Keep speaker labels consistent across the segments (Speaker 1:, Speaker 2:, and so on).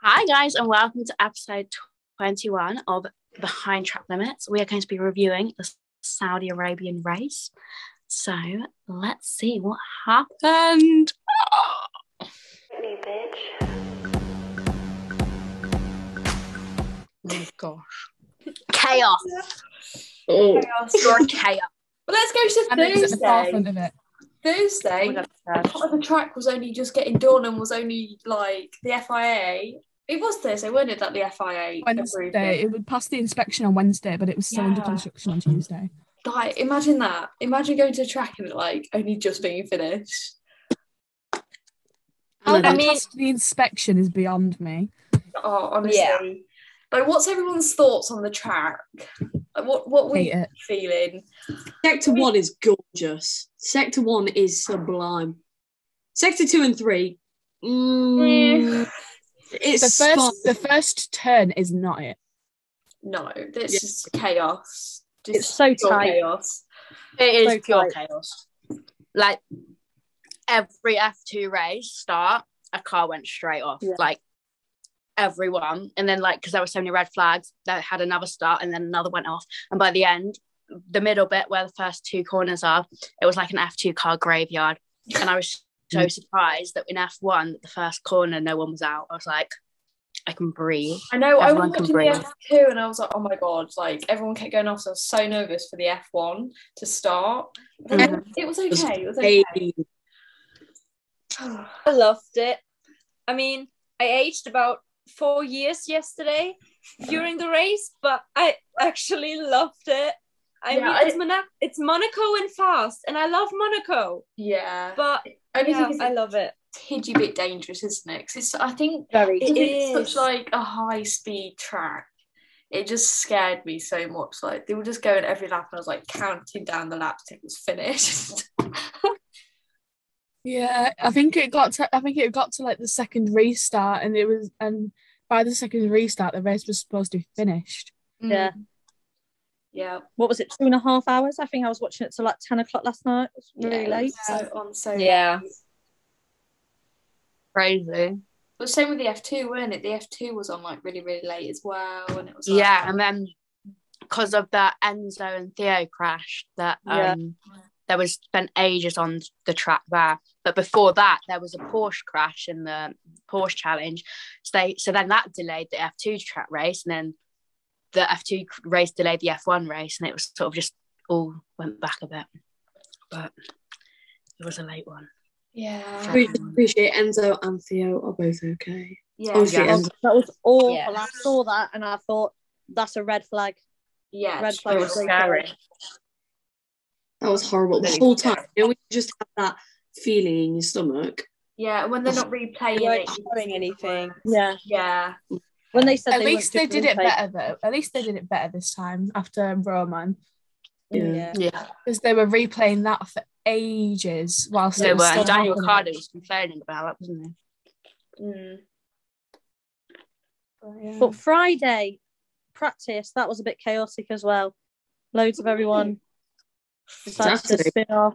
Speaker 1: Hi, guys, and welcome to episode 21 of Behind Track Limits. We are going to be reviewing the Saudi Arabian race. So let's see what happened. Oh,
Speaker 2: Me, bitch.
Speaker 1: my gosh. Chaos.
Speaker 3: Oh,
Speaker 1: Pure chaos.
Speaker 3: But let's go to
Speaker 1: And it's
Speaker 4: It's far
Speaker 3: Thursday.
Speaker 4: front of it.
Speaker 3: Thursday,
Speaker 1: Oh my
Speaker 3: part of the track was only just getting done and was only like the FIA. It was Thursday, weren't it? That the FIA approved
Speaker 4: Wednesday.
Speaker 3: it.
Speaker 4: It would pass the inspection on Wednesday, but it was still under
Speaker 3: Yeah.
Speaker 4: construction on Tuesday.
Speaker 3: Like, imagine that. Imagine going to a track and it like only just being finished.
Speaker 1: Oh,
Speaker 4: How
Speaker 1: I
Speaker 4: they
Speaker 1: mean,
Speaker 4: passed the inspection is beyond me.
Speaker 3: Oh, honestly. Like, what's everyone's thoughts on the track? Like, what what were
Speaker 4: Hate
Speaker 3: you
Speaker 4: it.
Speaker 3: feeling?
Speaker 5: Sector one is gorgeous. Sector one is sublime. Sector two and three, mm, it's
Speaker 4: The
Speaker 5: fun.
Speaker 4: first, the first turn is not it.
Speaker 3: No, it's
Speaker 5: Yeah.
Speaker 3: just chaos. Just
Speaker 1: It's so
Speaker 3: pure
Speaker 1: tight.
Speaker 3: chaos.
Speaker 1: it is
Speaker 4: so
Speaker 1: pure chaos. Like every F2 race start, a car went straight off.
Speaker 3: Yeah.
Speaker 1: Like everyone. And then, like, because there were so many red flags, they had another start and then another went off. And by the end, the middle bit where the first two corners are, it was like an F2 car graveyard. And I was so surprised that in F1, the first corner, no one was out. I was like, I can breathe.
Speaker 3: I know. I
Speaker 1: Everyone
Speaker 3: was
Speaker 1: can
Speaker 3: watching the
Speaker 1: breathe.
Speaker 3: F two, and I was like, "Oh my god!" Like everyone kept going off, so I was so nervous for the F one to start. But then It was okay. It was okay.
Speaker 5: Hey,
Speaker 6: I loved it. I mean, I aged about four years yesterday during the race, but I actually loved it. I
Speaker 3: Yeah,
Speaker 6: mean,
Speaker 3: I-
Speaker 6: it's, Monaco, it's Monaco and fast, and I love Monaco,
Speaker 3: Yeah. But
Speaker 6: but
Speaker 3: only
Speaker 6: yeah,
Speaker 3: thing is,
Speaker 6: I love it.
Speaker 3: it's a tidgy bit dangerous, isn't it? 'Cause it's. I think
Speaker 6: Very.
Speaker 3: it is such like a high speed track. It just scared me so much. Like they were just going every lap, and I was like counting down the laps till it was finished.
Speaker 4: Yeah, I think it got to. I think it got to like the second restart, and it was, and by the second restart, the race was supposed to be finished.
Speaker 6: Yeah.
Speaker 3: Mm. Yeah.
Speaker 7: what was it two and a half hours i think i was watching it till like 10 o'clock last night it was really
Speaker 3: Yeah,
Speaker 7: late
Speaker 3: So on so
Speaker 6: Yeah.
Speaker 3: late.
Speaker 1: Crazy.
Speaker 3: But same with the F2, weren't it? The F2 was on like really, really late as well. And it was like,
Speaker 1: Yeah, and then because of that Enzo and Theo crash, that
Speaker 6: Yeah.
Speaker 1: um, there was spent ages on the track there. But before that, there was a Porsche crash in the Porsche Challenge. So they, so then that delayed the F2 track race, and then the F2 race delayed the F1 race, and it was sort of just all went back a bit. But it was a late one.
Speaker 3: Yeah.
Speaker 5: we just appreciate Enzo and Theo are both okay.
Speaker 3: Yeah.
Speaker 5: Obviously,
Speaker 1: yeah.
Speaker 5: Enzo-
Speaker 7: that was awful
Speaker 6: Yeah.
Speaker 7: i saw that and i thought that's a red flag
Speaker 3: Yeah.
Speaker 7: red
Speaker 1: It
Speaker 7: flag
Speaker 1: was
Speaker 7: straight
Speaker 1: scary.
Speaker 7: away.
Speaker 5: that was horrible. The
Speaker 1: Really?
Speaker 5: whole time, you know, we just have that feeling in your stomach.
Speaker 3: Yeah. When they're not replaying
Speaker 4: They weren't
Speaker 3: it. you
Speaker 4: showing
Speaker 3: think,
Speaker 4: anything.
Speaker 7: yeah
Speaker 3: Yeah.
Speaker 7: when they said
Speaker 4: At
Speaker 7: they
Speaker 4: least they
Speaker 7: weren't
Speaker 4: did
Speaker 7: doing
Speaker 4: it better though. At least they did it better this time after Roman,
Speaker 7: fake-
Speaker 5: Yeah.
Speaker 7: yeah
Speaker 1: Yeah,
Speaker 4: because they were replaying that for ages whilst
Speaker 1: so
Speaker 4: it was
Speaker 1: uh,
Speaker 4: still
Speaker 1: Daniel
Speaker 4: happening.
Speaker 1: Ricciardo was complaining about that, wasn't he?
Speaker 3: Mm.
Speaker 4: Oh,
Speaker 7: but friday practice that was a bit chaotic as well loads of everyone decided to
Speaker 5: Saturday.
Speaker 7: spin off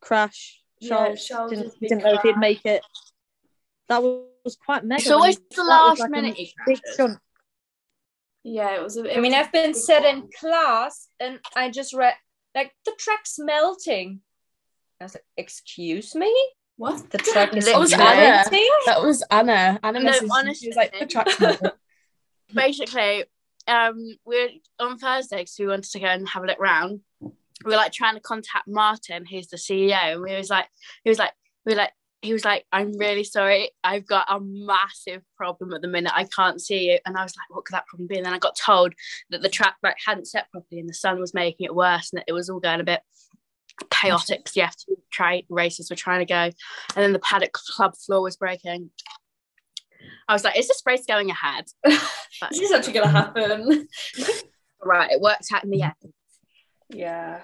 Speaker 7: crash
Speaker 3: Yeah,
Speaker 7: charles,
Speaker 3: Charles
Speaker 7: didn't,
Speaker 3: just
Speaker 7: didn't know if he'd
Speaker 3: crashed.
Speaker 7: make it that was quite mega
Speaker 1: It's always
Speaker 7: That
Speaker 1: the
Speaker 7: was
Speaker 1: last
Speaker 7: like a
Speaker 1: minute he
Speaker 7: big
Speaker 1: crashes.
Speaker 7: chunk.
Speaker 3: Yeah. It was. A, it
Speaker 6: I
Speaker 3: was
Speaker 6: mean,
Speaker 3: a
Speaker 6: I've been
Speaker 3: big
Speaker 6: said
Speaker 3: one.
Speaker 6: in class, and I just read, like, the track's melting. I was like, excuse me?
Speaker 3: What?
Speaker 6: The track is
Speaker 1: That was
Speaker 4: Anna.
Speaker 6: melting?
Speaker 4: That was Anna. Anna
Speaker 1: No,
Speaker 4: messaged me,
Speaker 1: honestly.
Speaker 4: she was like the track's melting."
Speaker 1: basically, um, we're on Thursday because we wanted to go and have a look round. We were like trying to contact Martin, who's the CEO, and we was like, he was like, we were like, he was like, I'm really sorry, I've got a massive problem at the minute. I can't see you, and I was like, what could that problem be? And then I got told that the track like hadn't set properly, and the sun was making it worse, and that it was all going a bit chaotic. 'cause The F2 tra- races were trying to go, and then the paddock club floor was breaking. I was like, is this race going ahead? But-
Speaker 3: This is actually going to happen.
Speaker 1: right, it worked out in the end.
Speaker 3: Yeah.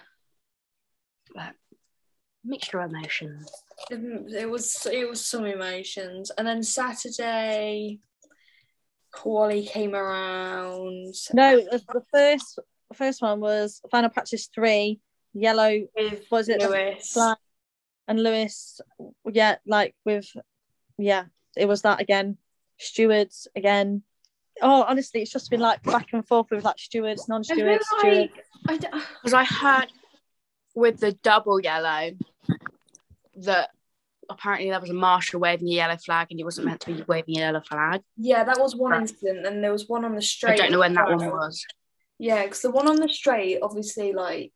Speaker 1: Mixture of emotions.
Speaker 3: Mm, It was it was some emotions, and then Saturday, Quali came around
Speaker 7: No, it was the first the first one was final practice three, yellow
Speaker 3: with
Speaker 7: was it the
Speaker 3: Lewis.
Speaker 7: flag and Lewis yeah, like with yeah, it was that again. stewards again. Oh, honestly, it's just been like back and forth with like stewards,
Speaker 3: And then,
Speaker 7: non-stewards,
Speaker 3: like,
Speaker 7: stewards.
Speaker 3: I don't-
Speaker 1: Because I heard with the double yellow that apparently there was a marshal waving a yellow flag and he wasn't meant to be waving a yellow flag.
Speaker 3: yeah, that was one incident, and there was one on the straight.
Speaker 1: I don't know when that one
Speaker 3: as well.
Speaker 1: was.
Speaker 3: Yeah, because the one on the straight, obviously, like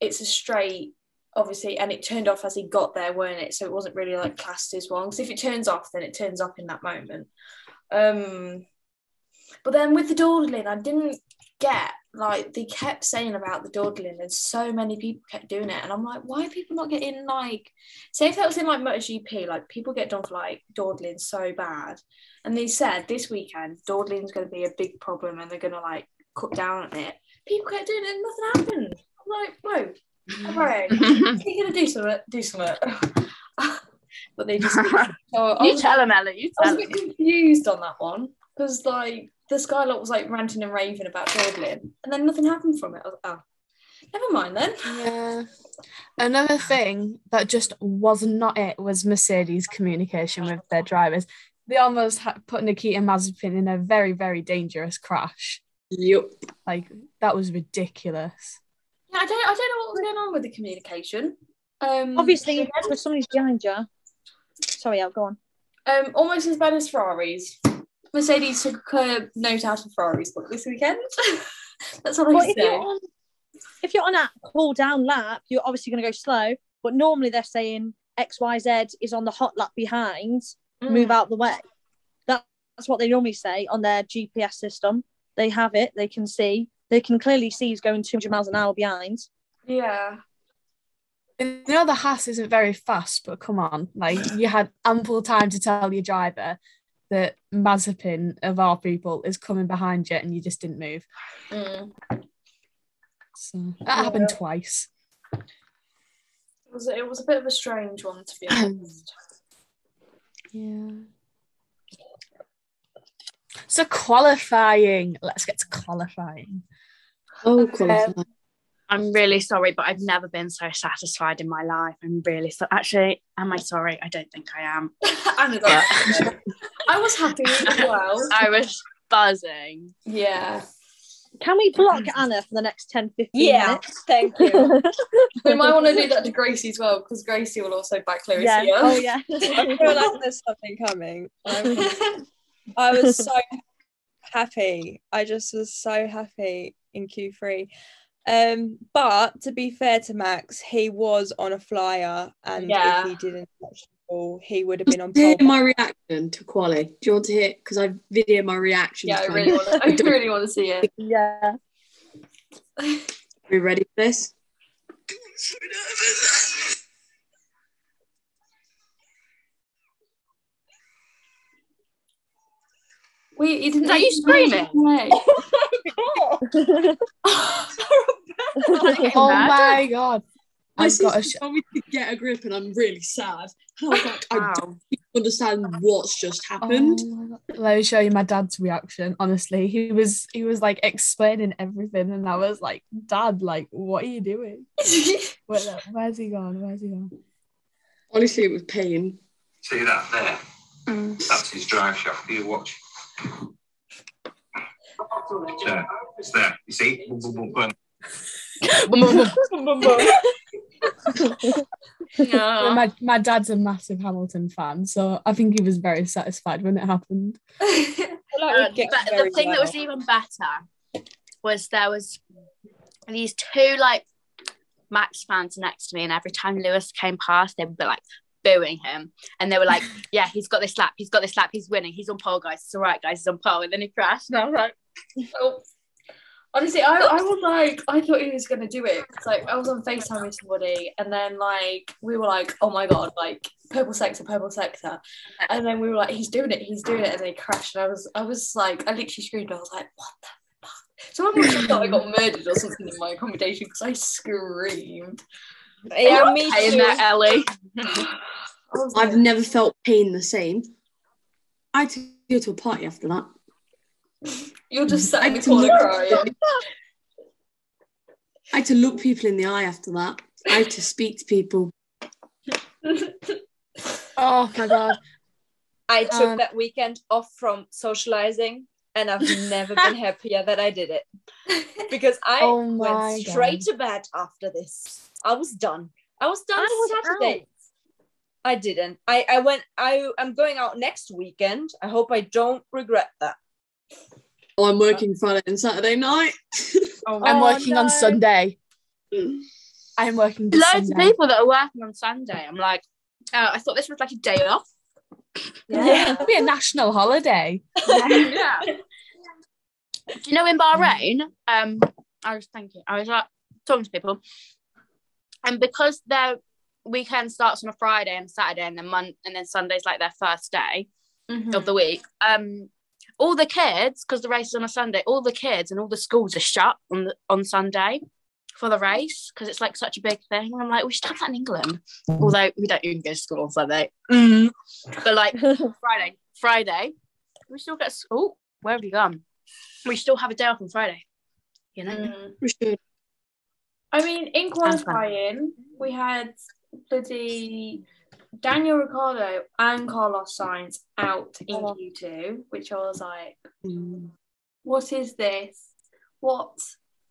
Speaker 3: it's a straight, obviously, and it turned off as he got there, weren't it? So it wasn't really like classed as one. Because if it turns off, then it turns off in that moment. Um, but then with the dawdling, I didn't get like they kept saying about the dawdling, and so many people kept doing it, and I'm like, why are people not getting like? Say if that was in like MotoGP, like people get done for like dawdling so bad, and they said this weekend dawdling's going to be a big problem, and they're going to like cut down on it. People kept doing it and nothing happened. I'm like, whoa, all right, you're gonna do something, do something. but they just so I
Speaker 1: you
Speaker 3: was,
Speaker 1: tell him, Ella. You
Speaker 3: I was
Speaker 1: tell
Speaker 3: a
Speaker 1: him.
Speaker 3: bit confused on that one because like the Skylark was like ranting and raving about dawdling and then nothing happened from it. I was like, oh, never mind then.
Speaker 4: Yeah. Another thing that just was not it was Mercedes' communication with their drivers. They almost had put Nikita Mazepin in a very, very dangerous crash.
Speaker 5: Yup.
Speaker 4: Like that was ridiculous.
Speaker 3: Yeah, I don't, I don't know what was going on with the communication. Um,
Speaker 7: Obviously, if somebody's behind you. Sorry, I'll go on.
Speaker 3: um, almost as bad as Ferraris. Mercedes took a note out of Ferrari's book this weekend. That's what
Speaker 7: Well,
Speaker 3: I
Speaker 7: if
Speaker 3: say.
Speaker 7: you're on, if you're on a cool down lap, you're obviously going to go slow. But normally they're saying X Y Z is on the hot lap behind.
Speaker 3: Mm.
Speaker 7: move out the way. That, that's what they normally say on their GPS system. They have it, they can see, they can clearly see he's going 200 miles an hour behind.
Speaker 3: Yeah.
Speaker 4: You know the Haas isn't very fast, but come on, like you had ample time to tell your driver that Mazepin of all people is coming behind you, and you just didn't move.
Speaker 3: Mm.
Speaker 4: So that happened twice.
Speaker 3: It was it was a bit of a strange one to be honest.
Speaker 4: Yeah. So qualifying. Let's get to qualifying.
Speaker 5: Oh, qualifying.
Speaker 1: I'm really sorry, but I've never been so satisfied in my life. I'm really so. Actually, am I sorry? I don't think I am.
Speaker 3: Anna got it. I was happy as well.
Speaker 1: I was buzzing.
Speaker 3: Yeah.
Speaker 7: Can we block Anna for the next 10 15
Speaker 6: Mm. Yeah, thank you.
Speaker 7: minutes?
Speaker 3: We might want to do that to Gracie as well, because Gracie will also back Clarissa.
Speaker 7: yeah. Oh, yeah.
Speaker 6: I feel like there's something coming. I'm- I was so happy. I just was so happy in Q3. Um, but to be fair to Max, he was on a flyer, and
Speaker 3: Yeah.
Speaker 6: if he didn't touch the ball, he would have been on
Speaker 5: Do you
Speaker 6: pole.
Speaker 5: hear my reaction to Quali? Do you want to hear? Because I video my reaction.
Speaker 3: yeah, I
Speaker 5: to
Speaker 3: really want to, I really want to see it.
Speaker 7: yeah.
Speaker 5: Are you ready for this?
Speaker 3: Wait, you didn't
Speaker 1: Is that you screaming?
Speaker 3: Wait.
Speaker 4: Oh
Speaker 1: Imagine.
Speaker 4: my god.
Speaker 5: My
Speaker 4: I've got
Speaker 5: sister
Speaker 4: a sh-
Speaker 5: told me to get a grip, and I'm really sad. And I was like, I
Speaker 1: Wow.
Speaker 5: don't understand what's just happened.
Speaker 4: oh my God. Let me show you my dad's reaction. Honestly, he was he was like explaining everything, and I was like, "Dad, like, what are you doing? Where, where's he gone? Where's he gone?"
Speaker 5: Honestly, it was pain.
Speaker 8: See that there? That's his drive shaft. You watch. There. It's there. You see? Boom, boom, boom, boom.
Speaker 4: And My my dad's a massive Hamilton fan, so I think he was very satisfied when it happened.
Speaker 1: Uh, but the thing that was even better was there was these two like Max fans next to me, and every time Lewis came past, they would be like booing him, and they were like, "Yeah, he's got this lap. He's got this lap. He's winning. He's on pole, guys. It's all right, guys. He's on pole." And then he crashed, and I was like,
Speaker 3: Oh. Honestly, I, I was like, I thought he was gonna do it. 'Cause, Like, I was on Facetime with somebody, and then like we were like, oh my god, like purple sector, purple sector, and then we were like, he's doing it, he's doing it, and then he crashed. And I was, I was like, I literally screamed. I was like, what the fuck? Someone must have thought I got murdered or something in my accommodation because I screamed.
Speaker 6: yeah, me
Speaker 1: "Hey, in
Speaker 6: too.
Speaker 1: there, Ellie."
Speaker 3: I was
Speaker 5: I've
Speaker 3: like,
Speaker 5: never felt pain the same. I had to go to a party after that.
Speaker 3: you're just sat
Speaker 5: I
Speaker 3: in the
Speaker 5: had to
Speaker 3: corner
Speaker 5: look-
Speaker 3: crying.
Speaker 5: I had to look people in the eye after that. I had to speak to people.
Speaker 4: Oh my god.
Speaker 9: I took
Speaker 4: Um,
Speaker 9: that weekend off from socializing and I've never been happier that I did it. Because I
Speaker 4: Oh my
Speaker 9: went straight to bed after this. I was done. I was done
Speaker 7: I was
Speaker 9: Saturday. I didn't. I, I went I I'm going out next weekend. I hope I don't regret that.
Speaker 5: Oh, I'm working Friday and Saturday night.
Speaker 4: I'm working on Sunday. I'm working this
Speaker 1: Loads of
Speaker 4: Sunday.
Speaker 1: people that are working on Sunday. I'm like, oh, I thought this was like a day off.
Speaker 4: Yeah, it'll be a national holiday.
Speaker 1: yeah. Do you know in Bahrain? Um, I was thinking, I was like talking to people, and because their weekend starts on a Friday and Saturday, and then Mon- and then Sunday's like their first day of the week. Um, all the kids, because the race is on a Sunday, all the kids and all the schools are shut on the, on Sunday for the race because it's like such a big thing. And I'm like, we should have that in England, although we don't even go to school on Sunday. Mm. But like Friday, Friday, we still get school. Where have you gone? We still have a day off on Friday. You know,
Speaker 5: We should.
Speaker 3: I mean, in
Speaker 1: Sounds fun.
Speaker 3: qualifying, we had bloody Daniel Ricciardo and Carlos Sainz out in
Speaker 7: Oh.
Speaker 3: Q2, which I was like,
Speaker 5: Mm.
Speaker 3: what is this? What?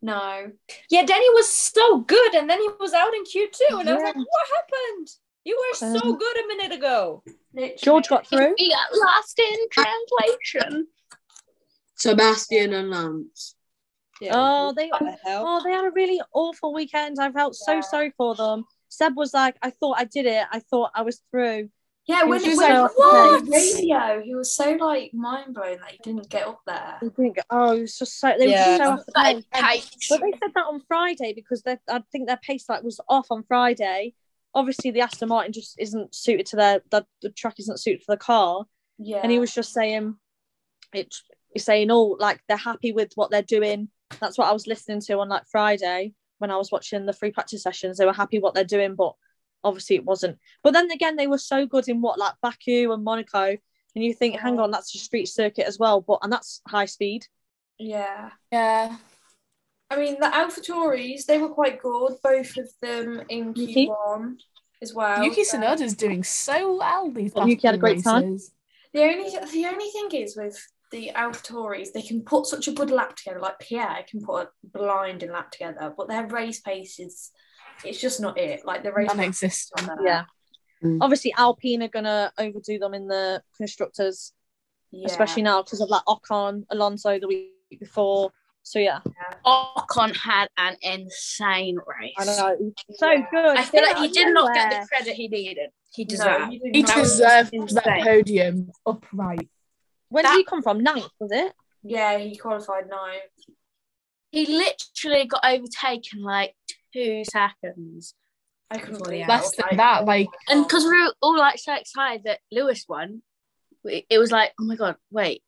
Speaker 3: No.
Speaker 9: Yeah, Danny was so good and then he was out in Q2 and I was
Speaker 7: Yeah.
Speaker 9: like, what happened? You were so
Speaker 7: Um,
Speaker 9: good a minute ago.
Speaker 3: Literally.
Speaker 7: George got through.
Speaker 1: we got lost in translation.
Speaker 5: Sebastian and um, Lance.
Speaker 7: Oh, they
Speaker 6: What the hell?
Speaker 7: oh they had a really awful weekend. I felt so
Speaker 3: Yeah.
Speaker 7: sorry for them. Seb was like, I thought I did it. I thought I was through.
Speaker 3: Yeah, when
Speaker 7: He
Speaker 3: he
Speaker 7: was
Speaker 3: was
Speaker 7: like,
Speaker 3: like,
Speaker 7: "What?"
Speaker 3: what? Radio, he was so like mind blown that he didn't get up there.
Speaker 7: I think, oh, it was just so they
Speaker 6: Yeah.
Speaker 7: were so off the
Speaker 1: Like,
Speaker 7: pace. And-
Speaker 1: cakes.
Speaker 7: But they said that on Friday because they, I think their pace light was off on Friday. Obviously, the Aston Martin just isn't suited to their the, the track isn't suited for the car,
Speaker 3: Yeah.
Speaker 7: and he was just saying it. He's saying, "Oh, like they're happy with what they're doing." That's what I was listening to on like Friday when I was watching the free practice sessions. They were happy what they're doing, but obviously it wasn't. But then again, they were so good in what like Baku and Monaco, and you think, "Hang on, that's a street circuit as well," but and that's high speed.
Speaker 3: Yeah.
Speaker 4: Yeah.
Speaker 3: I mean, the Alpha Tories, they were quite good, both of them in
Speaker 7: Yuki?
Speaker 3: Q1 as well.
Speaker 4: Yuki
Speaker 3: so-
Speaker 4: Tsunoda's doing so well these
Speaker 7: Well,
Speaker 4: past
Speaker 7: Yuki had a
Speaker 4: few
Speaker 7: great time.
Speaker 4: races.
Speaker 3: The only the only thing is with the Alpha Tories, they can put such a good lap together. Like Pierre can put a blinding lap together, but their race pace is it's just not it. Like the race pace is
Speaker 4: Non-existent.
Speaker 3: not there.
Speaker 7: Yeah.
Speaker 5: Mm.
Speaker 7: Obviously, Alpine are gonna overdo them in the constructors,
Speaker 3: yeah,
Speaker 7: especially now because of like Ocon, Alonso the week before. So yeah,
Speaker 1: Ocon had an insane race.
Speaker 7: I don't know. So
Speaker 3: Yeah.
Speaker 7: good.
Speaker 1: I feel like
Speaker 7: Out
Speaker 1: he
Speaker 7: of
Speaker 1: did not get
Speaker 7: nowhere.
Speaker 1: the credit he needed. He
Speaker 3: No,
Speaker 1: deserved.
Speaker 3: you do
Speaker 4: He
Speaker 3: not-
Speaker 4: deserved that
Speaker 1: insane.
Speaker 4: podium upright.
Speaker 7: When
Speaker 1: that-
Speaker 7: did he come from? Ninth, was it?
Speaker 3: Yeah, he qualified ninth.
Speaker 1: He literally got overtaken like two seconds.
Speaker 3: I couldn't
Speaker 1: Well,
Speaker 3: believe
Speaker 1: yeah.
Speaker 4: Less than that, like
Speaker 1: And because we were all like so excited that Lewis won, we- it was like, oh my god, wait,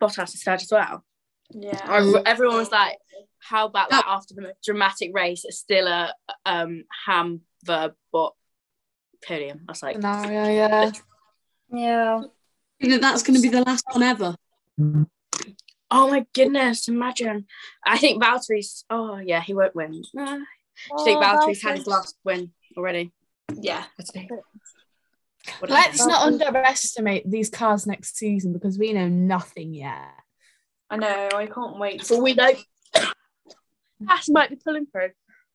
Speaker 1: Bottas is third as well.
Speaker 3: yeah,
Speaker 1: Or everyone was like, how about that after the most dramatic race, it's still a um ham verb but podium. I was like,
Speaker 4: scenario, yeah.
Speaker 6: Yeah.
Speaker 5: That that's going to be the last one ever.
Speaker 1: oh my goodness, imagine. I think Valtteri's. Oh yeah, he won't win. Uh, I think
Speaker 7: Oh,
Speaker 1: Valtteri's had
Speaker 7: Valtteri.
Speaker 1: his last win already.
Speaker 3: yeah.
Speaker 1: I think. What
Speaker 4: Let's
Speaker 1: happened?
Speaker 4: not underestimate these cars next season because we know nothing yet.
Speaker 3: I know. I can't wait.
Speaker 1: So we know Ash might be pulling through.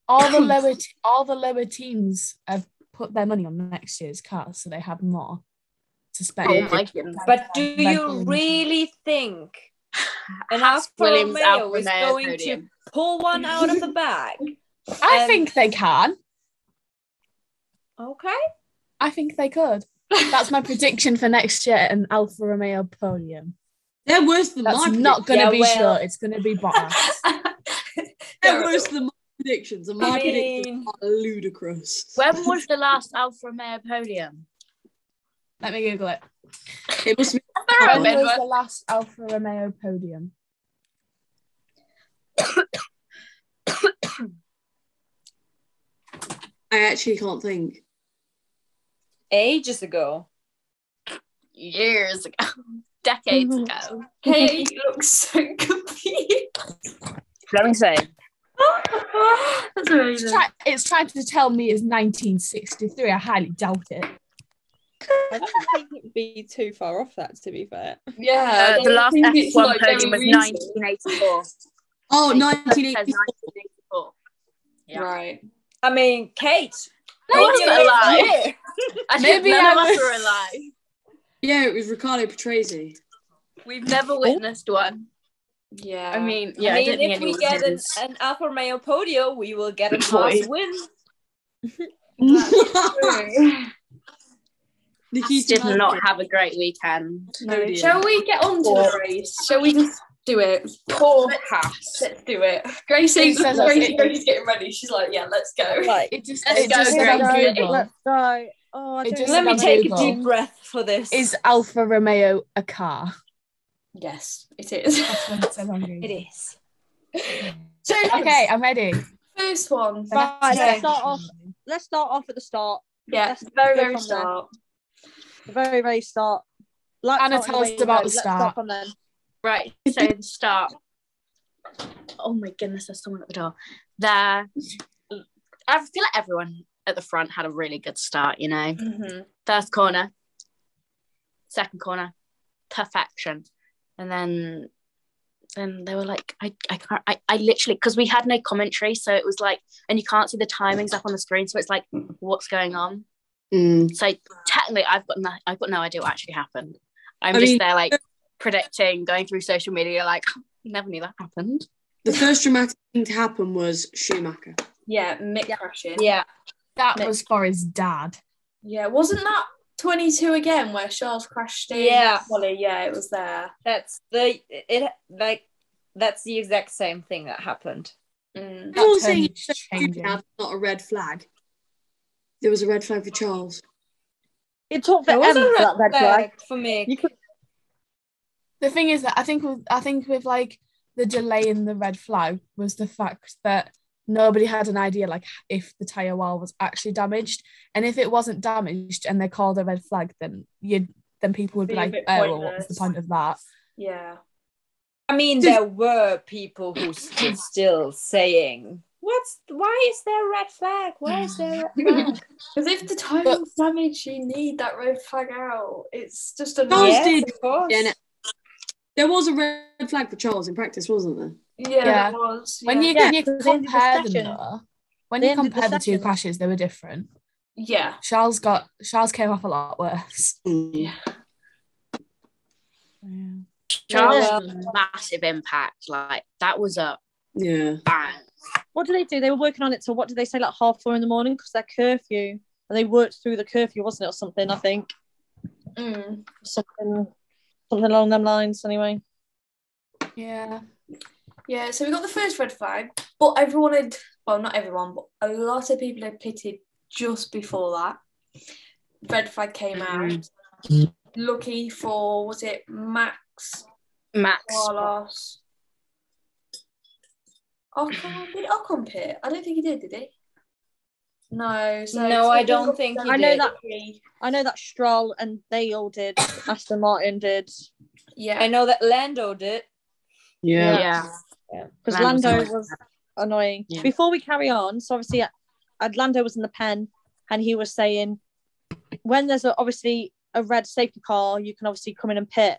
Speaker 4: All the lower t- all the lower teams have put their money on next year's cars, so they have more to spend.
Speaker 1: Oh my goodness.
Speaker 9: But do you
Speaker 4: Verstappen.
Speaker 9: really think an
Speaker 1: Haas
Speaker 9: Alfa
Speaker 1: Williams Alfa
Speaker 9: Romeo is
Speaker 1: Romeo
Speaker 9: going
Speaker 1: podium.
Speaker 9: to pull one out of the bag?
Speaker 4: I
Speaker 9: Um,
Speaker 4: think they can.
Speaker 9: Okay.
Speaker 4: I think they could. That's my prediction for next year: an Alfa Romeo podium.
Speaker 5: They're worse than
Speaker 4: That's
Speaker 5: my predictions.
Speaker 4: not going to
Speaker 9: Yeah,
Speaker 4: be
Speaker 9: well-
Speaker 4: sure. It's going to be Bottas.
Speaker 5: They're worse than my predictions, and my
Speaker 9: I mean-
Speaker 5: predictions are ludicrous.
Speaker 1: When was the last Alfa Romeo podium?
Speaker 4: Let me Google it.
Speaker 5: it must be
Speaker 1: I
Speaker 4: When
Speaker 1: don't remember.
Speaker 4: was the last Alfa Romeo podium?
Speaker 5: I actually can't think.
Speaker 9: Ages ago.
Speaker 1: Years ago, decades ago.
Speaker 3: Kate looks so confused.
Speaker 1: Let me say.
Speaker 3: That's
Speaker 4: Mm-hmm.
Speaker 3: amazing.
Speaker 4: It's, try- it's trying to tell me it's 1963. I highly doubt it.
Speaker 6: I don't think it would be too far off that, to be fair.
Speaker 1: Uh,
Speaker 9: Yeah.
Speaker 1: the last F1 podium was
Speaker 9: nine.
Speaker 1: 1984.
Speaker 5: Oh,
Speaker 1: It says
Speaker 5: 1980.
Speaker 1: 1984. Yeah.
Speaker 3: Right.
Speaker 9: I mean, Kate.
Speaker 1: I wasn't alive.
Speaker 9: Yeah.
Speaker 1: I think
Speaker 4: Maybe
Speaker 1: none
Speaker 4: I
Speaker 1: of us
Speaker 4: was-
Speaker 1: were alive.
Speaker 5: Yeah, it was Riccardo Patrese.
Speaker 1: We've never witnessed one.
Speaker 3: Yeah.
Speaker 1: Oh. I mean, yeah, I,
Speaker 9: I mean,
Speaker 1: don't think
Speaker 9: if we
Speaker 1: anyone
Speaker 9: get an,
Speaker 1: has.
Speaker 9: an Alfa Romeo Podio, we will get a
Speaker 5: Good boy.
Speaker 9: class win.
Speaker 5: Nikita
Speaker 1: did not
Speaker 5: Mazepin.
Speaker 1: have a great weekend.
Speaker 3: No,
Speaker 5: Oh dear.
Speaker 3: shall we get on to the race? Shall we just do it? Poor Cass. Let's do it. Gracie,
Speaker 4: It says us,
Speaker 3: Gracie,
Speaker 4: it-
Speaker 3: Gracie's getting ready. She's like, yeah, let's go.
Speaker 6: Like,
Speaker 4: It just,
Speaker 1: Let's
Speaker 4: it
Speaker 1: go,
Speaker 4: just said on
Speaker 1: Gracie.
Speaker 4: Google
Speaker 7: Let's go. Oh, I
Speaker 4: It
Speaker 7: don't
Speaker 4: just
Speaker 9: Let
Speaker 4: said
Speaker 9: me
Speaker 4: on
Speaker 9: take a
Speaker 4: Google.
Speaker 9: deep breath for this.
Speaker 4: is Alfa Romeo a car?
Speaker 3: Yes, it is.
Speaker 4: That's what it said on Google.
Speaker 9: It is.
Speaker 3: so,
Speaker 4: Okay, I'm ready.
Speaker 3: first one.
Speaker 4: Right,
Speaker 3: Back
Speaker 7: let's
Speaker 3: to
Speaker 7: start off. Let's start off at the start.
Speaker 3: yeah,
Speaker 7: let's
Speaker 3: very,
Speaker 7: go
Speaker 3: very
Speaker 7: from there.
Speaker 3: start.
Speaker 7: The very, very start. Like
Speaker 4: Anna,
Speaker 7: starting
Speaker 4: tell
Speaker 7: the
Speaker 4: us
Speaker 7: way you
Speaker 4: about
Speaker 7: go.
Speaker 4: the
Speaker 7: Let's
Speaker 4: start.
Speaker 7: from then.
Speaker 1: Right, so the start. Oh my goodness, there's someone at the door. There, I feel like everyone at the front had a really good start, you know.
Speaker 3: Mhm.
Speaker 1: First corner, second corner, perfection. And then then they were like, I, I can't, I, I literally, because we had no commentary. So it was like, and you can't see the timings up on the screen. So it's like, what's going on?
Speaker 5: Mm.
Speaker 1: So technically, I've got no, I've got no idea what actually happened. I'm
Speaker 5: I
Speaker 1: just
Speaker 5: mean-
Speaker 1: there, like predicting, going through social media, like never knew that happened.
Speaker 5: The first dramatic thing to happen was Schumacher.
Speaker 3: Yeah, Mick crashing.
Speaker 9: Yeah.
Speaker 4: That
Speaker 7: Mick.
Speaker 4: was for his dad.
Speaker 3: Yeah, wasn't that 22 again where Charles crashed in?
Speaker 9: Yeah.
Speaker 3: Wally, yeah, it was there.
Speaker 9: That's the it like that's the exact same thing that happened.
Speaker 3: Mm.
Speaker 5: Everyone
Speaker 4: That's
Speaker 5: saying
Speaker 4: him
Speaker 5: it's so
Speaker 4: changing.
Speaker 5: stupid, that's not a red flag. There was a red flag for Charles.
Speaker 7: It took
Speaker 9: There
Speaker 7: forever
Speaker 9: was
Speaker 7: for
Speaker 9: a
Speaker 7: that red flag.
Speaker 9: for me.
Speaker 7: You could,
Speaker 4: The thing is that I think with, I think with like the delay in the red flag was the fact that nobody had an idea like if the tire wall was actually damaged, and if it wasn't damaged and they called a red flag, then you then people would be
Speaker 3: Be a
Speaker 4: like,
Speaker 3: bit
Speaker 4: oh, well, what's the
Speaker 3: pointless.
Speaker 4: point of that?
Speaker 3: Yeah.
Speaker 9: I mean, there were people who stood still saying, "What's? Why is there a red flag? Why is there a red flag?"
Speaker 3: Because if the tire
Speaker 4: But-
Speaker 3: was damaged, you need that red flag out. It's just a
Speaker 5: Charles
Speaker 9: Yes,
Speaker 5: did.
Speaker 9: of course.
Speaker 5: Yeah, no. There was a red flag for Charles in practice, wasn't there?
Speaker 3: Yeah,
Speaker 4: Yeah.
Speaker 3: it was.
Speaker 4: When
Speaker 3: yeah.
Speaker 4: you
Speaker 7: Yeah,
Speaker 4: when you
Speaker 7: 'cause they ended the
Speaker 4: compare them
Speaker 7: session.
Speaker 4: though, when
Speaker 7: They
Speaker 4: you
Speaker 7: ended the
Speaker 4: compare the two
Speaker 7: session.
Speaker 4: crashes, they were different.
Speaker 3: yeah,
Speaker 4: Charles got Charles came off a lot worse.
Speaker 5: Mm.
Speaker 1: Charles
Speaker 7: Yeah.
Speaker 1: was a massive impact. Like that was a
Speaker 5: Yeah.
Speaker 1: bang.
Speaker 7: what do they do? They were working on it till what did they say, like half four in the morning because their curfew, and they worked through the curfew, wasn't it, or something? I think
Speaker 3: Mm.
Speaker 7: something, something along them lines. Anyway,
Speaker 4: Yeah.
Speaker 3: yeah. So we got the first red flag, but everyone had well, not everyone, but a lot of people had pitted just before that. Red flag came out.
Speaker 9: Mm-hmm.
Speaker 3: Lucky for was it Max
Speaker 1: Max.
Speaker 3: Carlos? Ocon did Ocon pit? I don't think he did. Did he? No. So
Speaker 9: No, I don't think he
Speaker 7: I know
Speaker 9: did.
Speaker 7: that I know that Stroll and they all did. Aston Martin did
Speaker 3: Yeah.
Speaker 9: I know that Lando did.
Speaker 1: Yeah.
Speaker 5: Yeah.
Speaker 7: because
Speaker 1: Lando's
Speaker 7: Lando
Speaker 1: always-
Speaker 7: was annoying.
Speaker 1: Yeah.
Speaker 7: Before we carry on, so obviously, I'd Lando was in the pen, and he was saying when there's a, obviously a red safety car, you can obviously come in and pit.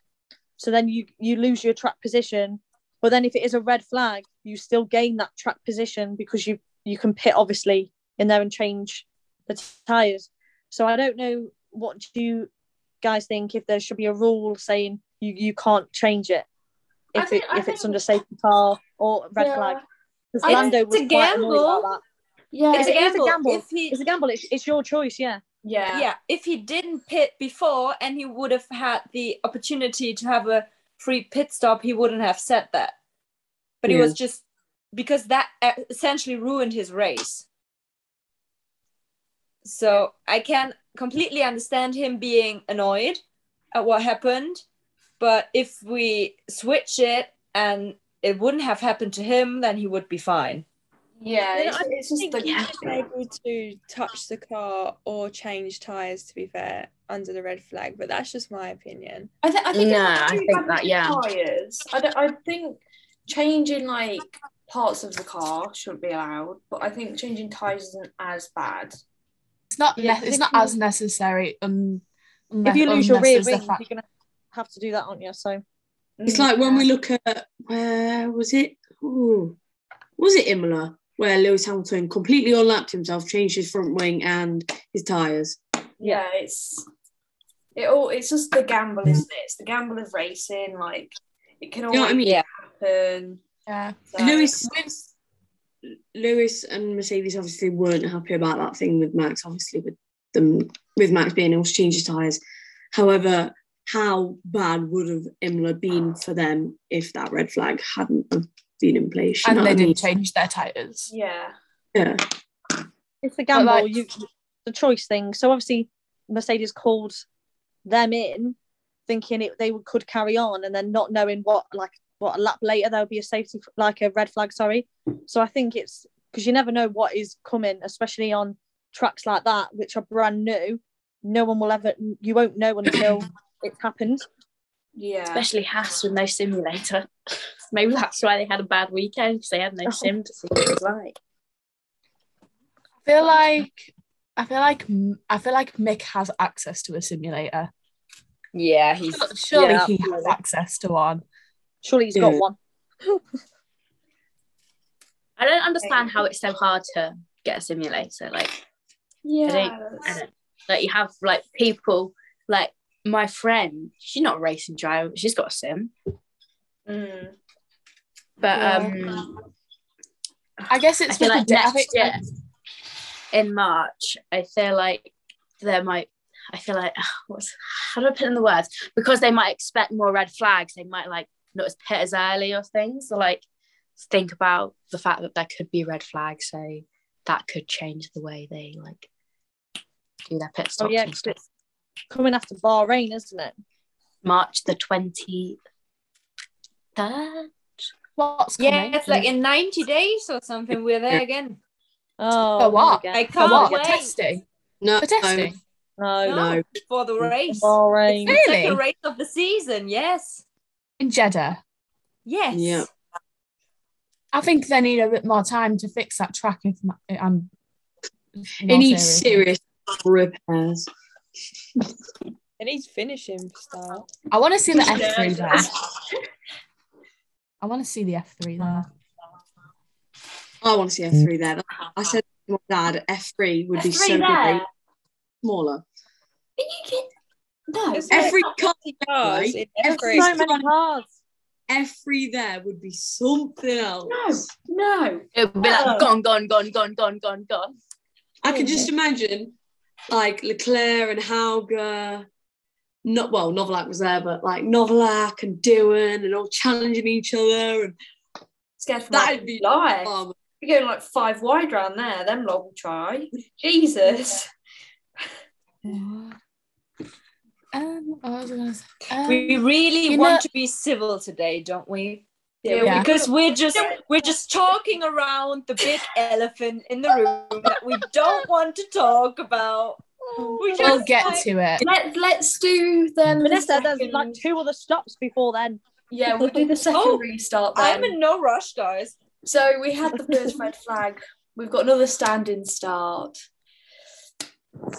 Speaker 7: So then you you lose your track position, but then if it is a red flag, you still gain that track position because you you can pit obviously in there and change the tires. So I don't know what do you guys think if there should be a rule saying you you can't change it
Speaker 3: I
Speaker 7: if
Speaker 3: think-
Speaker 7: it
Speaker 3: I
Speaker 7: if it's
Speaker 3: think-
Speaker 7: under safety car or red
Speaker 3: Yeah.
Speaker 7: flag. Because
Speaker 9: I think
Speaker 7: Lando
Speaker 9: it's
Speaker 7: was
Speaker 9: a
Speaker 7: quite annoyed about
Speaker 9: gamble.
Speaker 7: that.
Speaker 3: Yeah.
Speaker 9: It's a
Speaker 7: it is a
Speaker 9: gamble.
Speaker 7: gamble.
Speaker 9: If he,
Speaker 7: It's a gamble. It's, it's your choice. Yeah.
Speaker 3: yeah.
Speaker 9: yeah, if he didn't pit before and he would have had the opportunity to have a free pit stop, he wouldn't have said that. But he
Speaker 5: Yeah.
Speaker 9: was just because that uh, essentially ruined his race. So I can completely understand him being annoyed at what happened. But if we switch it and it wouldn't have happened to him, then he would be fine.
Speaker 3: Yeah,
Speaker 6: Then
Speaker 3: it's,
Speaker 6: I
Speaker 3: it's just
Speaker 6: think
Speaker 3: the
Speaker 6: you should be able to touch the car or change tires. To be fair, under the red flag, but that's just my opinion.
Speaker 3: I, th- I think
Speaker 1: No,
Speaker 3: it's
Speaker 1: I
Speaker 3: too
Speaker 1: think
Speaker 3: bad
Speaker 1: that,
Speaker 3: with
Speaker 1: yeah.
Speaker 3: tires. I don't, I think changing like parts of the car shouldn't be allowed, but I think changing tires isn't as bad.
Speaker 4: It's not
Speaker 7: Yeah,
Speaker 4: ne-
Speaker 7: 'cause
Speaker 4: it's
Speaker 7: if
Speaker 4: not
Speaker 7: you-
Speaker 4: as necessary um
Speaker 7: if you lose your
Speaker 4: unless
Speaker 7: rear
Speaker 4: there's the
Speaker 7: wing,
Speaker 4: fact-
Speaker 7: you're gonna have to do that, aren't you? So
Speaker 5: It's like when we look at where was it? Ooh, was it Imola where Lewis Hamilton completely unlapped himself, changed his front wing and his tires?
Speaker 3: yeah, it's it all. It's just the gamble, isn't it? It's the gamble of racing. Like it can
Speaker 5: You
Speaker 3: always
Speaker 5: know what
Speaker 1: Oh,
Speaker 5: I mean?
Speaker 9: Yeah.
Speaker 3: happen.
Speaker 4: yeah.
Speaker 3: so-
Speaker 5: Lewis, Lewis and Mercedes obviously weren't happy about that thing with Max. Obviously, with them with Max being able to change his tires. However, how bad would have Imola been for them if that red flag hadn't have been in place? You know
Speaker 4: And they
Speaker 5: what I mean?
Speaker 4: didn't change their tires.
Speaker 3: Yeah,
Speaker 5: Yeah.
Speaker 7: it's the gamble,
Speaker 4: like-
Speaker 7: you the choice thing. So obviously Mercedes called them in, thinking it, they would- could carry on, and then not knowing what like what a lap later there would be a safety f- like a red flag. Sorry. So I think it's because you never know what is coming, especially on tracks like that which are brand new. No one will ever. You won't know until it's happened.
Speaker 3: yeah.
Speaker 1: especially Haas with no simulator. Maybe that's why they had a bad weekend because they had no sim to see what it was like.
Speaker 4: I feel like I feel like I feel like Mick has access to a simulator.
Speaker 9: Yeah, he's
Speaker 4: Surely
Speaker 9: yeah,
Speaker 4: he has access to one.
Speaker 7: Surely he's got
Speaker 5: Yeah.
Speaker 7: one.
Speaker 1: I don't understand how it's so hard to get a simulator. Like,
Speaker 3: Yeah,
Speaker 1: I don't, like you have like people like my friend. She's not a racing driver. but She's got a sim,
Speaker 3: Mm.
Speaker 1: but
Speaker 4: Yeah.
Speaker 1: um,
Speaker 4: I guess
Speaker 1: I
Speaker 4: it's
Speaker 1: feel
Speaker 4: with
Speaker 1: like
Speaker 4: the di- I
Speaker 1: next year in March, I feel like there might. I feel like ah, what's how do I put in the words? Because they might expect more red flags. They might like not as pit as early or things. So like think about the fact that there could be red flags. So that could change the way they like do their pit stops.
Speaker 7: yeah,
Speaker 1: and
Speaker 7: 'cause
Speaker 1: stuff.
Speaker 7: Coming after Bahrain, isn't it?
Speaker 1: March the 23rd.
Speaker 4: What's
Speaker 9: yeah.
Speaker 4: coming?
Speaker 9: It's like in ninety days or something. We're there again.
Speaker 7: Oh,
Speaker 4: For what?
Speaker 7: there we
Speaker 9: I
Speaker 7: go.
Speaker 4: For
Speaker 9: can't
Speaker 4: what? For
Speaker 9: wait
Speaker 4: testing?
Speaker 5: No,
Speaker 4: For testing?
Speaker 7: No,
Speaker 9: No,
Speaker 5: no.
Speaker 9: for the race.
Speaker 7: Bahrain.
Speaker 9: It's the second
Speaker 4: Really?
Speaker 9: race of the season. Yes,
Speaker 4: In Jeddah?
Speaker 9: yes.
Speaker 5: Yeah.
Speaker 4: I think they need a bit more time to fix that track. If ma- I'm,
Speaker 5: it needs serious repairs.
Speaker 6: It needs finishing for start.
Speaker 4: I want to see the F three there. I want to see the F three there.
Speaker 5: I want to see F3 there. I said to my dad, F3 would be
Speaker 3: F3
Speaker 5: so
Speaker 3: there.
Speaker 5: good. Smaller.
Speaker 3: But you can no.
Speaker 6: It's
Speaker 5: F3
Speaker 6: like
Speaker 5: can't
Speaker 6: cars in
Speaker 5: F3
Speaker 6: every-
Speaker 7: So many cars.
Speaker 5: F3 there would be something else.
Speaker 3: No,
Speaker 1: It would be like gone, gone, gone, gone, gone, gone, gone.
Speaker 5: I
Speaker 4: Oh,
Speaker 5: can just imagine like Leclerc and Hauger. Not well, Novelak was there, but like Novelak and Dewan and all challenging each other. And
Speaker 3: scared for
Speaker 5: that'd
Speaker 3: my
Speaker 5: be
Speaker 3: life.
Speaker 5: um,
Speaker 3: You're going like five wide round there. Them lot will try. Jesus.
Speaker 4: Um, I was I gonna say, um,
Speaker 9: We really
Speaker 4: You
Speaker 9: want
Speaker 4: know-
Speaker 9: to be civil today, don't we?
Speaker 3: Yeah,
Speaker 4: Yeah.
Speaker 9: Because we're just we're just talking around the big elephant in the room that we don't want to talk about.
Speaker 7: Oh,
Speaker 9: We just
Speaker 4: we'll get
Speaker 9: like-
Speaker 4: to it.
Speaker 3: Let let's do them.
Speaker 7: Vanessa, there's like two other stops before then.
Speaker 3: yeah, we'll do the second
Speaker 9: Oh,
Speaker 3: restart. Then.
Speaker 9: I'm in no rush, guys.
Speaker 3: So we had the first red flag. We've got another standing start.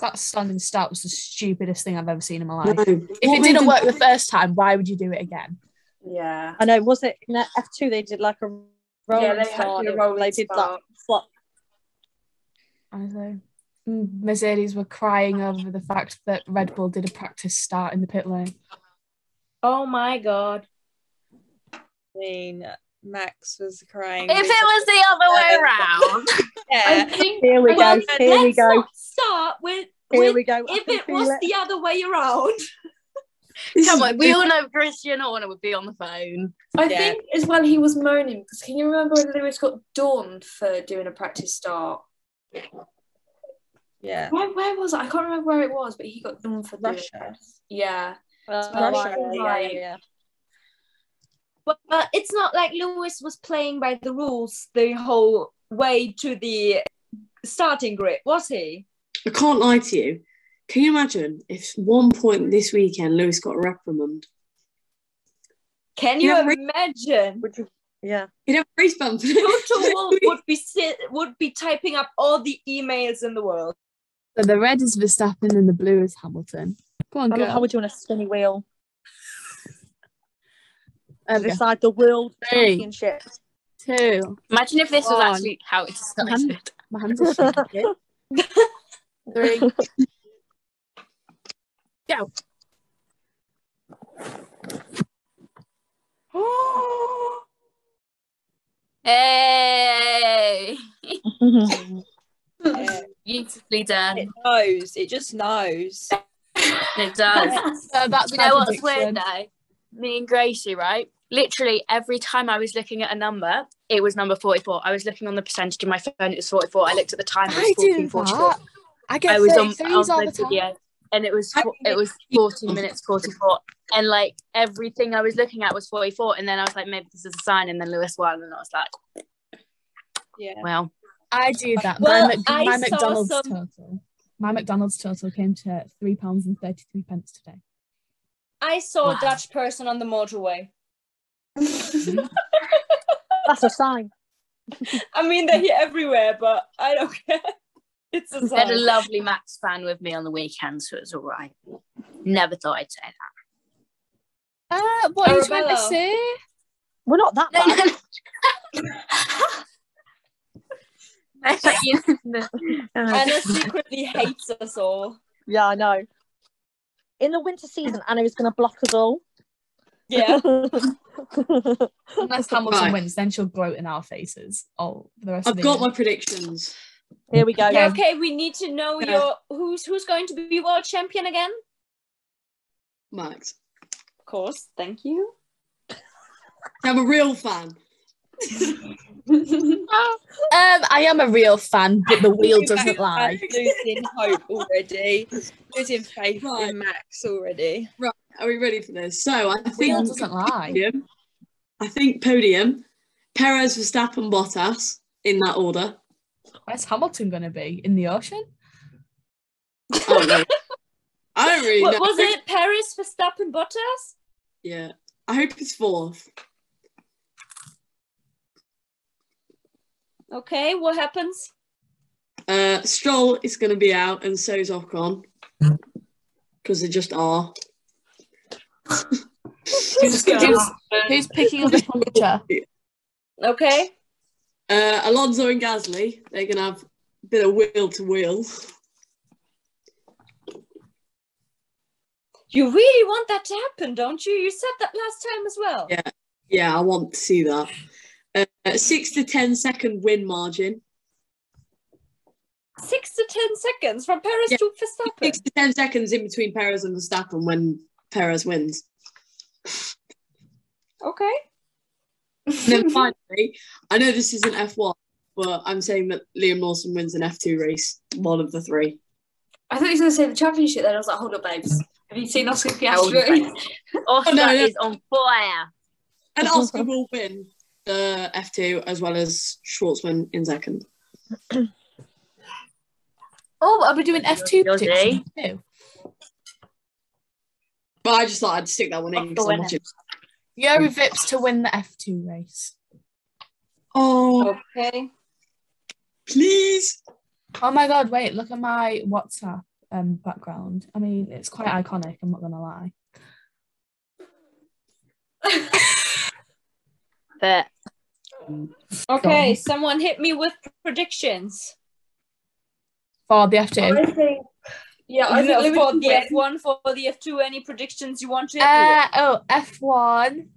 Speaker 4: That standing start was the stupidest thing I've ever seen in my
Speaker 5: no.
Speaker 4: life. If
Speaker 5: What
Speaker 4: it
Speaker 5: made
Speaker 4: didn't
Speaker 5: them-
Speaker 4: work the first time, why would you do it again?
Speaker 3: Yeah.
Speaker 7: I know, was it in that F2 they did like a rolling
Speaker 3: Yeah, they had
Speaker 7: start?
Speaker 3: the rolling
Speaker 7: they did
Speaker 3: start.
Speaker 7: that flop.
Speaker 4: Honestly. Mm, Mercedes were crying over the fact that Red Bull did a practice start in the pit lane.
Speaker 9: Oh my god.
Speaker 6: I mean, Max was crying.
Speaker 1: If it was the other way around,
Speaker 9: I
Speaker 6: yeah,
Speaker 9: think
Speaker 7: Here we
Speaker 9: Well,
Speaker 7: go, here we
Speaker 9: let's
Speaker 7: go,
Speaker 9: not start with,
Speaker 7: here
Speaker 9: with
Speaker 7: we go. I
Speaker 9: if
Speaker 7: can
Speaker 9: it
Speaker 7: feel
Speaker 9: was the other way around.
Speaker 5: This
Speaker 1: come
Speaker 5: is-
Speaker 1: on, we all know Christian Horner would be on the phone.
Speaker 3: I
Speaker 6: Yeah.
Speaker 3: think as well he was moaning because can you remember when Lewis got dawned for doing a practice start?
Speaker 6: yeah.
Speaker 3: Where, where was it? I can't remember where it was, but he got dawned for doing-
Speaker 6: Russia.
Speaker 3: Yeah.
Speaker 7: Uh,
Speaker 3: Russia,
Speaker 7: yeah,
Speaker 3: yeah.
Speaker 7: yeah, yeah.
Speaker 9: But, but it's not like Lewis was playing by the rules the whole way to the starting grid, was he?
Speaker 5: I can't lie to you. Can you imagine if one point this weekend Lewis got a reprimand?
Speaker 9: Can you
Speaker 5: Yeah, right.
Speaker 9: imagine?
Speaker 7: Would you, yeah.
Speaker 5: He'd have a race bump.
Speaker 9: Toto Wolf would be sit, would be typing up all the emails in the world.
Speaker 4: So the red is Verstappen and the blue is Hamilton. Go on,
Speaker 7: I love how
Speaker 4: girl.
Speaker 7: we're doing a spinny wheel
Speaker 4: There
Speaker 7: to
Speaker 4: we go.
Speaker 7: decide the world
Speaker 4: Three.
Speaker 7: championship.
Speaker 4: Two.
Speaker 1: Imagine if this was
Speaker 4: One.
Speaker 1: actually how it
Speaker 4: One.
Speaker 1: started.
Speaker 4: My hands are shaking. kid. Three. Go.
Speaker 1: Hey!
Speaker 6: Yeah.
Speaker 1: Beautifully done.
Speaker 6: It knows. It just knows.
Speaker 1: It does.
Speaker 4: Uh, that's
Speaker 1: you
Speaker 4: my
Speaker 1: know what's
Speaker 4: prediction.
Speaker 1: weird though? Me and Gracie, right? Literally every time I was looking at a number, it was number 44. I was looking on the percentage of my phone, it was 44. I looked at the time, it was
Speaker 4: I do
Speaker 1: 14, 44.
Speaker 4: that. I get
Speaker 1: I was on,
Speaker 4: 33s
Speaker 1: on
Speaker 4: all
Speaker 1: the
Speaker 4: the time.
Speaker 1: video and it was
Speaker 5: I
Speaker 1: fo-
Speaker 5: think
Speaker 1: it was 40 minutes 44 and like everything I was looking at was 44 and then I was like maybe this is a sign and then Lewis won and I was like
Speaker 6: Yeah.
Speaker 1: well
Speaker 4: I do that.
Speaker 9: Well,
Speaker 4: my Mc-
Speaker 9: I
Speaker 4: my
Speaker 9: saw
Speaker 4: McDonald's
Speaker 9: some-
Speaker 4: total. My McDonald's total came to three pounds and thirty three pence today.
Speaker 9: I saw
Speaker 1: Wow.
Speaker 9: a Dutch person on the motorway.
Speaker 7: That's a sign.
Speaker 9: I mean, they're here everywhere, but I don't care. It's a
Speaker 1: I had a
Speaker 9: sign.
Speaker 1: lovely Max fan with me on the weekend so it was all right never thought I'd say that
Speaker 4: Uh, what
Speaker 1: Oh,
Speaker 4: are you trying to
Speaker 9: Arabella.
Speaker 4: say?
Speaker 7: We're not that
Speaker 1: No,
Speaker 7: bad.
Speaker 1: no, no. I thought you- no.
Speaker 7: Uh,
Speaker 9: Anna secretly hates us all.
Speaker 7: Yeah, I know. In the winter season, Anna is going to block us all.
Speaker 9: Yeah.
Speaker 4: Unless Hamilton
Speaker 5: Right.
Speaker 4: wins, then she'll gloat in our faces. Oh, for the rest of
Speaker 5: I've
Speaker 4: the
Speaker 5: got
Speaker 4: year.
Speaker 5: my predictions.
Speaker 7: Here we go.
Speaker 9: Yeah, okay, we need to know
Speaker 7: Yeah.
Speaker 9: your who's who's going to be world champion again.
Speaker 5: Max.
Speaker 9: Of course, thank you.
Speaker 5: I'm a real fan.
Speaker 4: Um, I am a real fan, but the wheel
Speaker 6: Losing
Speaker 4: doesn't
Speaker 6: faith-
Speaker 4: lie.
Speaker 6: Losing hope already. Losing faith
Speaker 5: Right.
Speaker 6: in Max already.
Speaker 5: Are we ready for this? So I
Speaker 4: Wheel
Speaker 5: think
Speaker 4: doesn't lie.
Speaker 5: podium. I think podium. Perez, Verstappen, Bottas in that order.
Speaker 4: Where's Hamilton going to be in the ocean?
Speaker 5: Oh no. I don't really know.
Speaker 9: What was it? Paris for Verstappen Bottas?
Speaker 5: Yeah. I hope it's fourth.
Speaker 9: Okay, what happens?
Speaker 5: Uh, Stroll is going to be out, and so's Ocon because they just are.
Speaker 4: Who's, who's,
Speaker 5: Um,
Speaker 4: who's picking up the picture?
Speaker 9: Okay.
Speaker 5: Uh, Alonso and Gasly, they're going to have a bit of wheel to wheel.
Speaker 9: You really want that to happen, don't you? You said that last time as well.
Speaker 5: Yeah. Yeah, I want to see that. Uh, six to ten second win margin.
Speaker 9: Six to ten seconds from Paris
Speaker 5: Yeah.
Speaker 9: to Verstappen.
Speaker 5: Six to ten seconds in between Perez and Verstappen when Perez wins.
Speaker 9: Okay.
Speaker 5: And then finally, I know this isn't F1, but I'm saying that Liam Lawson wins an F2 race, one of the three.
Speaker 3: I thought he was going to say the championship. Then I was like, hold up, babes. Have you seen Oscar
Speaker 1: Hold
Speaker 3: Piastri?
Speaker 1: Oscar
Speaker 5: Oh, no.
Speaker 1: is on fire
Speaker 5: And Oscar will win the F2 as well as Schwartzman in second.
Speaker 4: Oh, are we doing F2
Speaker 1: You're
Speaker 4: prediction too?
Speaker 5: But I just thought I'd stick that one in
Speaker 1: Oscar
Speaker 5: because I'm
Speaker 1: winner.
Speaker 5: watching. Mm.
Speaker 4: Yuri Vips to win the F2 race.
Speaker 5: Oh,
Speaker 9: Okay.
Speaker 5: please.
Speaker 4: Oh my god, wait, look at my WhatsApp um background. I mean, it's quite iconic, I'm not gonna lie.
Speaker 1: but
Speaker 9: Okay. Someone hit me with predictions.
Speaker 4: For the
Speaker 5: Oh,
Speaker 4: F2.
Speaker 3: I think. Yeah, I
Speaker 9: I
Speaker 3: think Lewis
Speaker 9: for
Speaker 3: will
Speaker 9: the
Speaker 3: win.
Speaker 9: F1, for the F2, any predictions you want to hit me
Speaker 4: Uh oh, F1.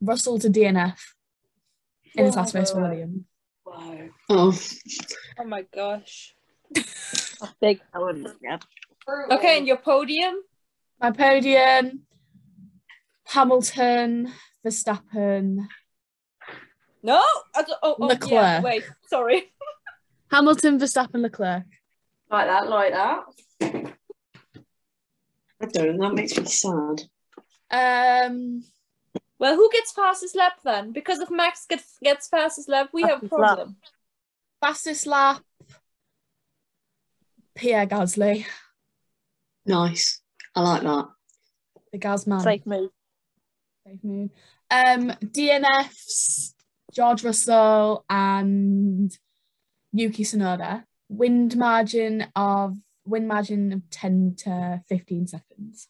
Speaker 4: Russell to DNF in his last race for Williams.
Speaker 9: with?
Speaker 5: Oh,
Speaker 6: Oh my gosh.
Speaker 7: Big.
Speaker 1: I wouldn't yeah.
Speaker 9: Wow. Okay, and your podium?
Speaker 4: My podium, Hamilton, Verstappen.
Speaker 9: No? I don't- oh, oh, yeah,
Speaker 4: Leclerc.
Speaker 9: wait, sorry.
Speaker 4: Hamilton, Verstappen, Leclerc.
Speaker 3: Like that, like that.
Speaker 5: I don't. That makes me sad.
Speaker 4: Um
Speaker 9: Well, who gets fastest lap then? Because if Max gets gets fastest lap, we have a
Speaker 7: Fastest lap.
Speaker 9: problem.
Speaker 4: fastest lap. Pierre Gasly,
Speaker 5: Nice. I like that.
Speaker 4: the Gasman.
Speaker 7: Safe move.
Speaker 4: Safe move. Um, DNFs, George Russell and Yuki Tsunoda. Wind margin of win margin of 10 to 15 seconds.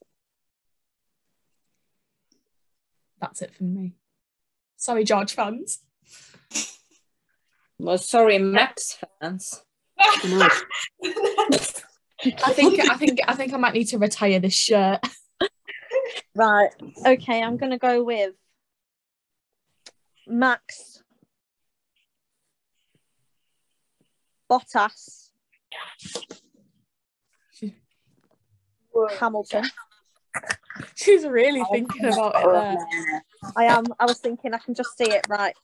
Speaker 4: That's it from me. Sorry, George fans.
Speaker 9: Well, sorry, Max fans.
Speaker 5: I
Speaker 4: I think I think I think I might need to retire this shirt.
Speaker 7: Right. Okay, I'm gonna go with Max Bottas Hamilton.
Speaker 4: She's really thinking about it there.
Speaker 7: I am. I was thinking I can just see it right.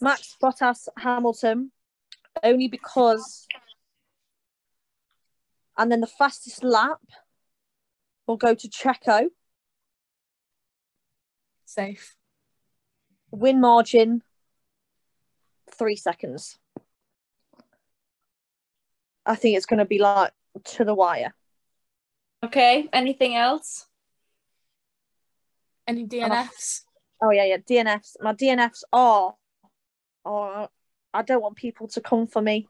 Speaker 7: Max Bottas Hamilton, only because. And then the fastest lap will go to Checo.
Speaker 4: Safe.
Speaker 7: Win margin three seconds. I think it's going to be like to the wire.
Speaker 9: Okay, anything else?
Speaker 4: Any DNFs?
Speaker 7: Oh yeah, yeah. DNFs. My DNFs are. Oh, I don't want people to come for me.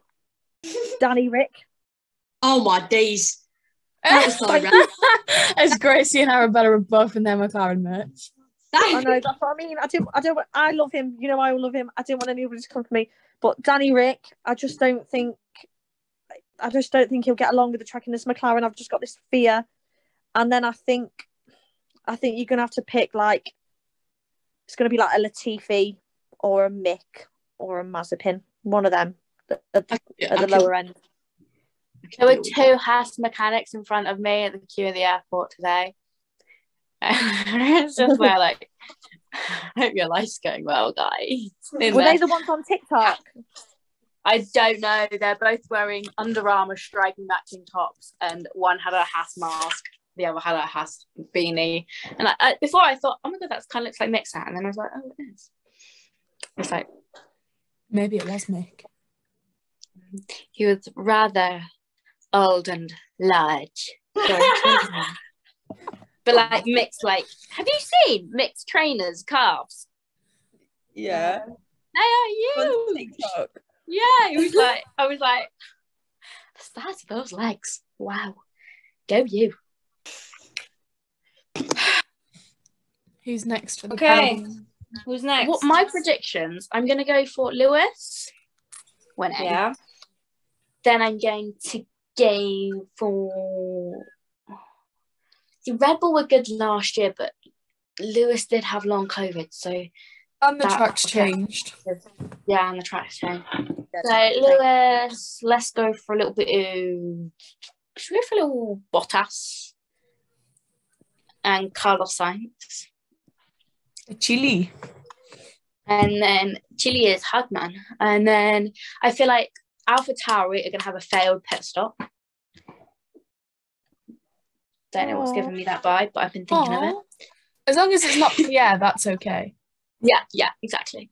Speaker 7: Danny Rick.
Speaker 5: Oh my days.
Speaker 4: Oh,
Speaker 5: That was direct.
Speaker 4: As Gracie and Arabella are both in their McLaren merch.
Speaker 7: I
Speaker 5: That-
Speaker 7: know that's what I mean. I do. I don't. want- I love him. You know, I love him. I didn't want anybody to come for me. But Danny Rick, I just don't think. I just don't think he'll get along with the track in this McLaren. I've just got this fear, and then I think, I think you're gonna have to pick like. It's gonna be like a Latifi, or a Mick, or a Mazepin. One of them at the,
Speaker 5: I
Speaker 7: at the
Speaker 5: can-
Speaker 7: lower end.
Speaker 5: I
Speaker 1: There
Speaker 5: can
Speaker 1: were
Speaker 5: deal with
Speaker 1: two Haas mechanics in front of me at the queue at the airport today. it's just where like, I hope your life's going well, guys. In
Speaker 7: Were
Speaker 1: there.
Speaker 7: they the ones on TikTok?
Speaker 1: I don't know. They're both wearing Under Armour striking matching tops, and one had a Haas mask, the other had a Haas beanie. And I, I, before I thought, oh my god, that's kind of looks like Mixat, and then I was like, oh, it is. It's like
Speaker 4: Maybe it was Mick.
Speaker 1: he was rather old and large. Sorry, children. but like mixed, like have you seen mixed trainers calves?
Speaker 6: Yeah.
Speaker 1: They are
Speaker 6: On
Speaker 1: huge.
Speaker 6: TikTok.
Speaker 1: Yeah, it was like I was like, the size of those legs. Wow, go you.
Speaker 4: Who's next? For the
Speaker 9: Okay.
Speaker 4: panel?
Speaker 9: Who's next?
Speaker 1: What my predictions? I'm gonna go for Lewis. Winning.
Speaker 9: yeah.
Speaker 1: Then I'm going to go for. The Red Bull were good last year, but Lewis did have long COVID, so
Speaker 4: And the
Speaker 1: That-
Speaker 4: track's
Speaker 1: okay.
Speaker 4: changed.
Speaker 1: yeah, and the track's changed. So Lewis, let's go for a little bit of should we go for a little Bottas and Carlos Sainz.
Speaker 4: Chile.
Speaker 1: And then Chile is Hardman. And then I feel like Alpha Tauri are gonna have a failed pit stop. Don't know what's
Speaker 7: Aw.
Speaker 1: giving me that vibe, but I've been thinking of it.
Speaker 4: As long as it's not yeah, that's okay.
Speaker 1: Yeah, yeah, exactly.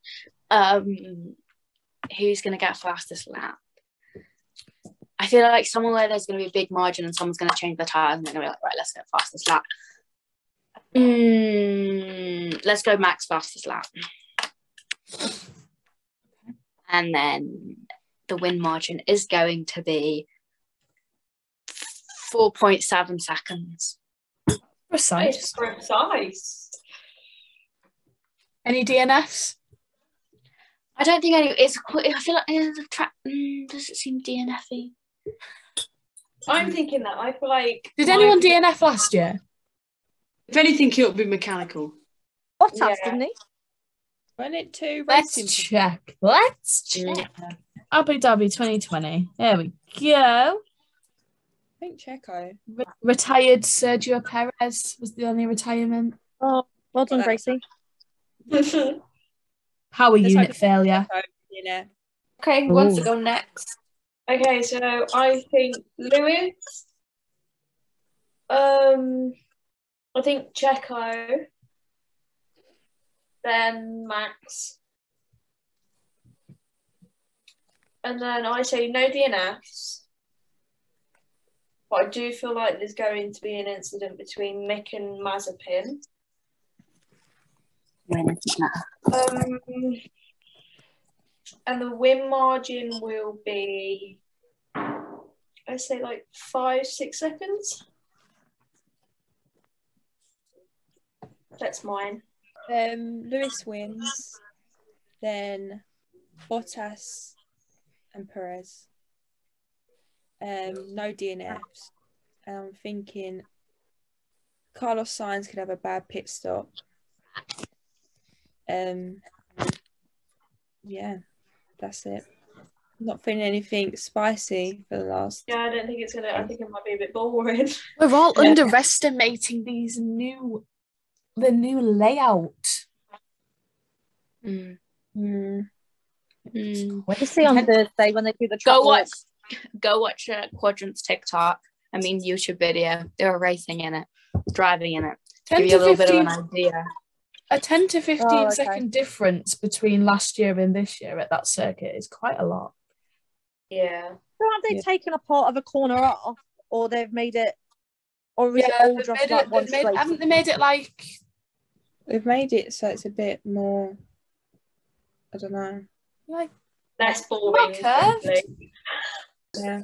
Speaker 1: Um who's gonna get fastest lap? I feel like somewhere where there's gonna be a big margin and someone's gonna change their tires and they're gonna be like, right, let's go fastest lap. Mm, let's go max fastest lap. And then the win margin is going to be 4.7 seconds.
Speaker 4: Precise.
Speaker 9: precise.
Speaker 4: Any DNFs?
Speaker 1: I don't think any, it's quite, I feel like eh, the track, mm, does it seem DNF-y?
Speaker 9: I'm thinking that. I feel like.
Speaker 4: Did anyone DNF last year?
Speaker 5: If anything, it'll be mechanical.
Speaker 7: Bottas,
Speaker 9: Yeah.
Speaker 7: didn't he?
Speaker 6: Went it to
Speaker 4: Let's
Speaker 6: racing.
Speaker 4: check. Let's check. Abu Dhabi 2020. There we go.
Speaker 6: I think Checo.
Speaker 4: Re- retired Sergio Perez was the only retirement.
Speaker 7: Oh, well done,
Speaker 6: Well, that's-
Speaker 7: Gracie.
Speaker 4: Power
Speaker 6: It's
Speaker 4: unit
Speaker 6: like-
Speaker 4: failure.
Speaker 6: You know.
Speaker 9: Okay, who wants to
Speaker 4: Ooh.
Speaker 9: go next? Okay, so I think Louis.
Speaker 3: Um, I think Checo, then Max, and then I say no DNFs. But I do feel like there's going to be an incident between Mick and Mazepin. Um, and the win margin will be I say like five, six seconds. That's mine.
Speaker 6: Um, Lewis wins, then Bottas and Perez. Um, no DNFs. And I'm thinking Carlos Sainz could have a bad pit stop. Um, yeah, that's it. Not feeling anything spicy for the last.
Speaker 3: Yeah, I don't think it's gonna. I think it might be a bit boring.
Speaker 4: We're all underestimating these new, the new layout.
Speaker 1: Mm.
Speaker 6: Mm.
Speaker 1: Mm.
Speaker 7: We'll see on Thursday when they do the track
Speaker 1: Go watch,
Speaker 7: walk.
Speaker 1: go watch a quadrants TikTok. I mean YouTube video. They were racing in it, driving in it.
Speaker 4: Ten
Speaker 1: Give you a
Speaker 4: to
Speaker 1: little bit of
Speaker 4: fifteen,
Speaker 1: an idea.
Speaker 4: a ten to fifteen second
Speaker 7: okay.
Speaker 4: difference between last year and this year at that circuit is quite a lot.
Speaker 3: Yeah.
Speaker 7: So have they
Speaker 6: Yeah.
Speaker 7: taken a part of a corner off, or they've made it, or is it all
Speaker 4: they've
Speaker 7: just
Speaker 4: made
Speaker 7: like
Speaker 4: it-
Speaker 7: one
Speaker 4: they've made-
Speaker 7: straight?
Speaker 4: haven't they made it like
Speaker 6: They've made it so it's a bit more. I don't know.
Speaker 4: like
Speaker 3: That's boring.
Speaker 4: curved.
Speaker 3: definitely.
Speaker 6: Yeah.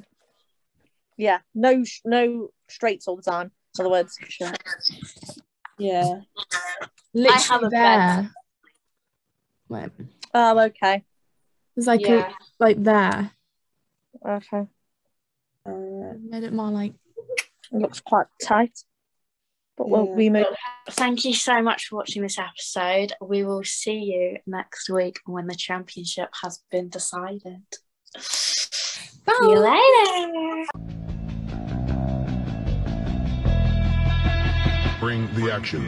Speaker 7: Yeah, no, sh- no straights all the time. In other words,
Speaker 6: Yeah.
Speaker 4: literally
Speaker 1: have a
Speaker 4: there? Wait,
Speaker 7: oh, okay,
Speaker 4: there's like
Speaker 3: yeah.
Speaker 4: a, like there.
Speaker 7: okay,
Speaker 6: Uh,
Speaker 4: They Made it more like
Speaker 7: it looks quite tight. But we'll
Speaker 6: Yeah.
Speaker 7: we move.
Speaker 1: Thank you so much for watching this episode. We will see you next week when the championship has been decided.
Speaker 4: bye.
Speaker 1: See you later.
Speaker 10: Bring the action.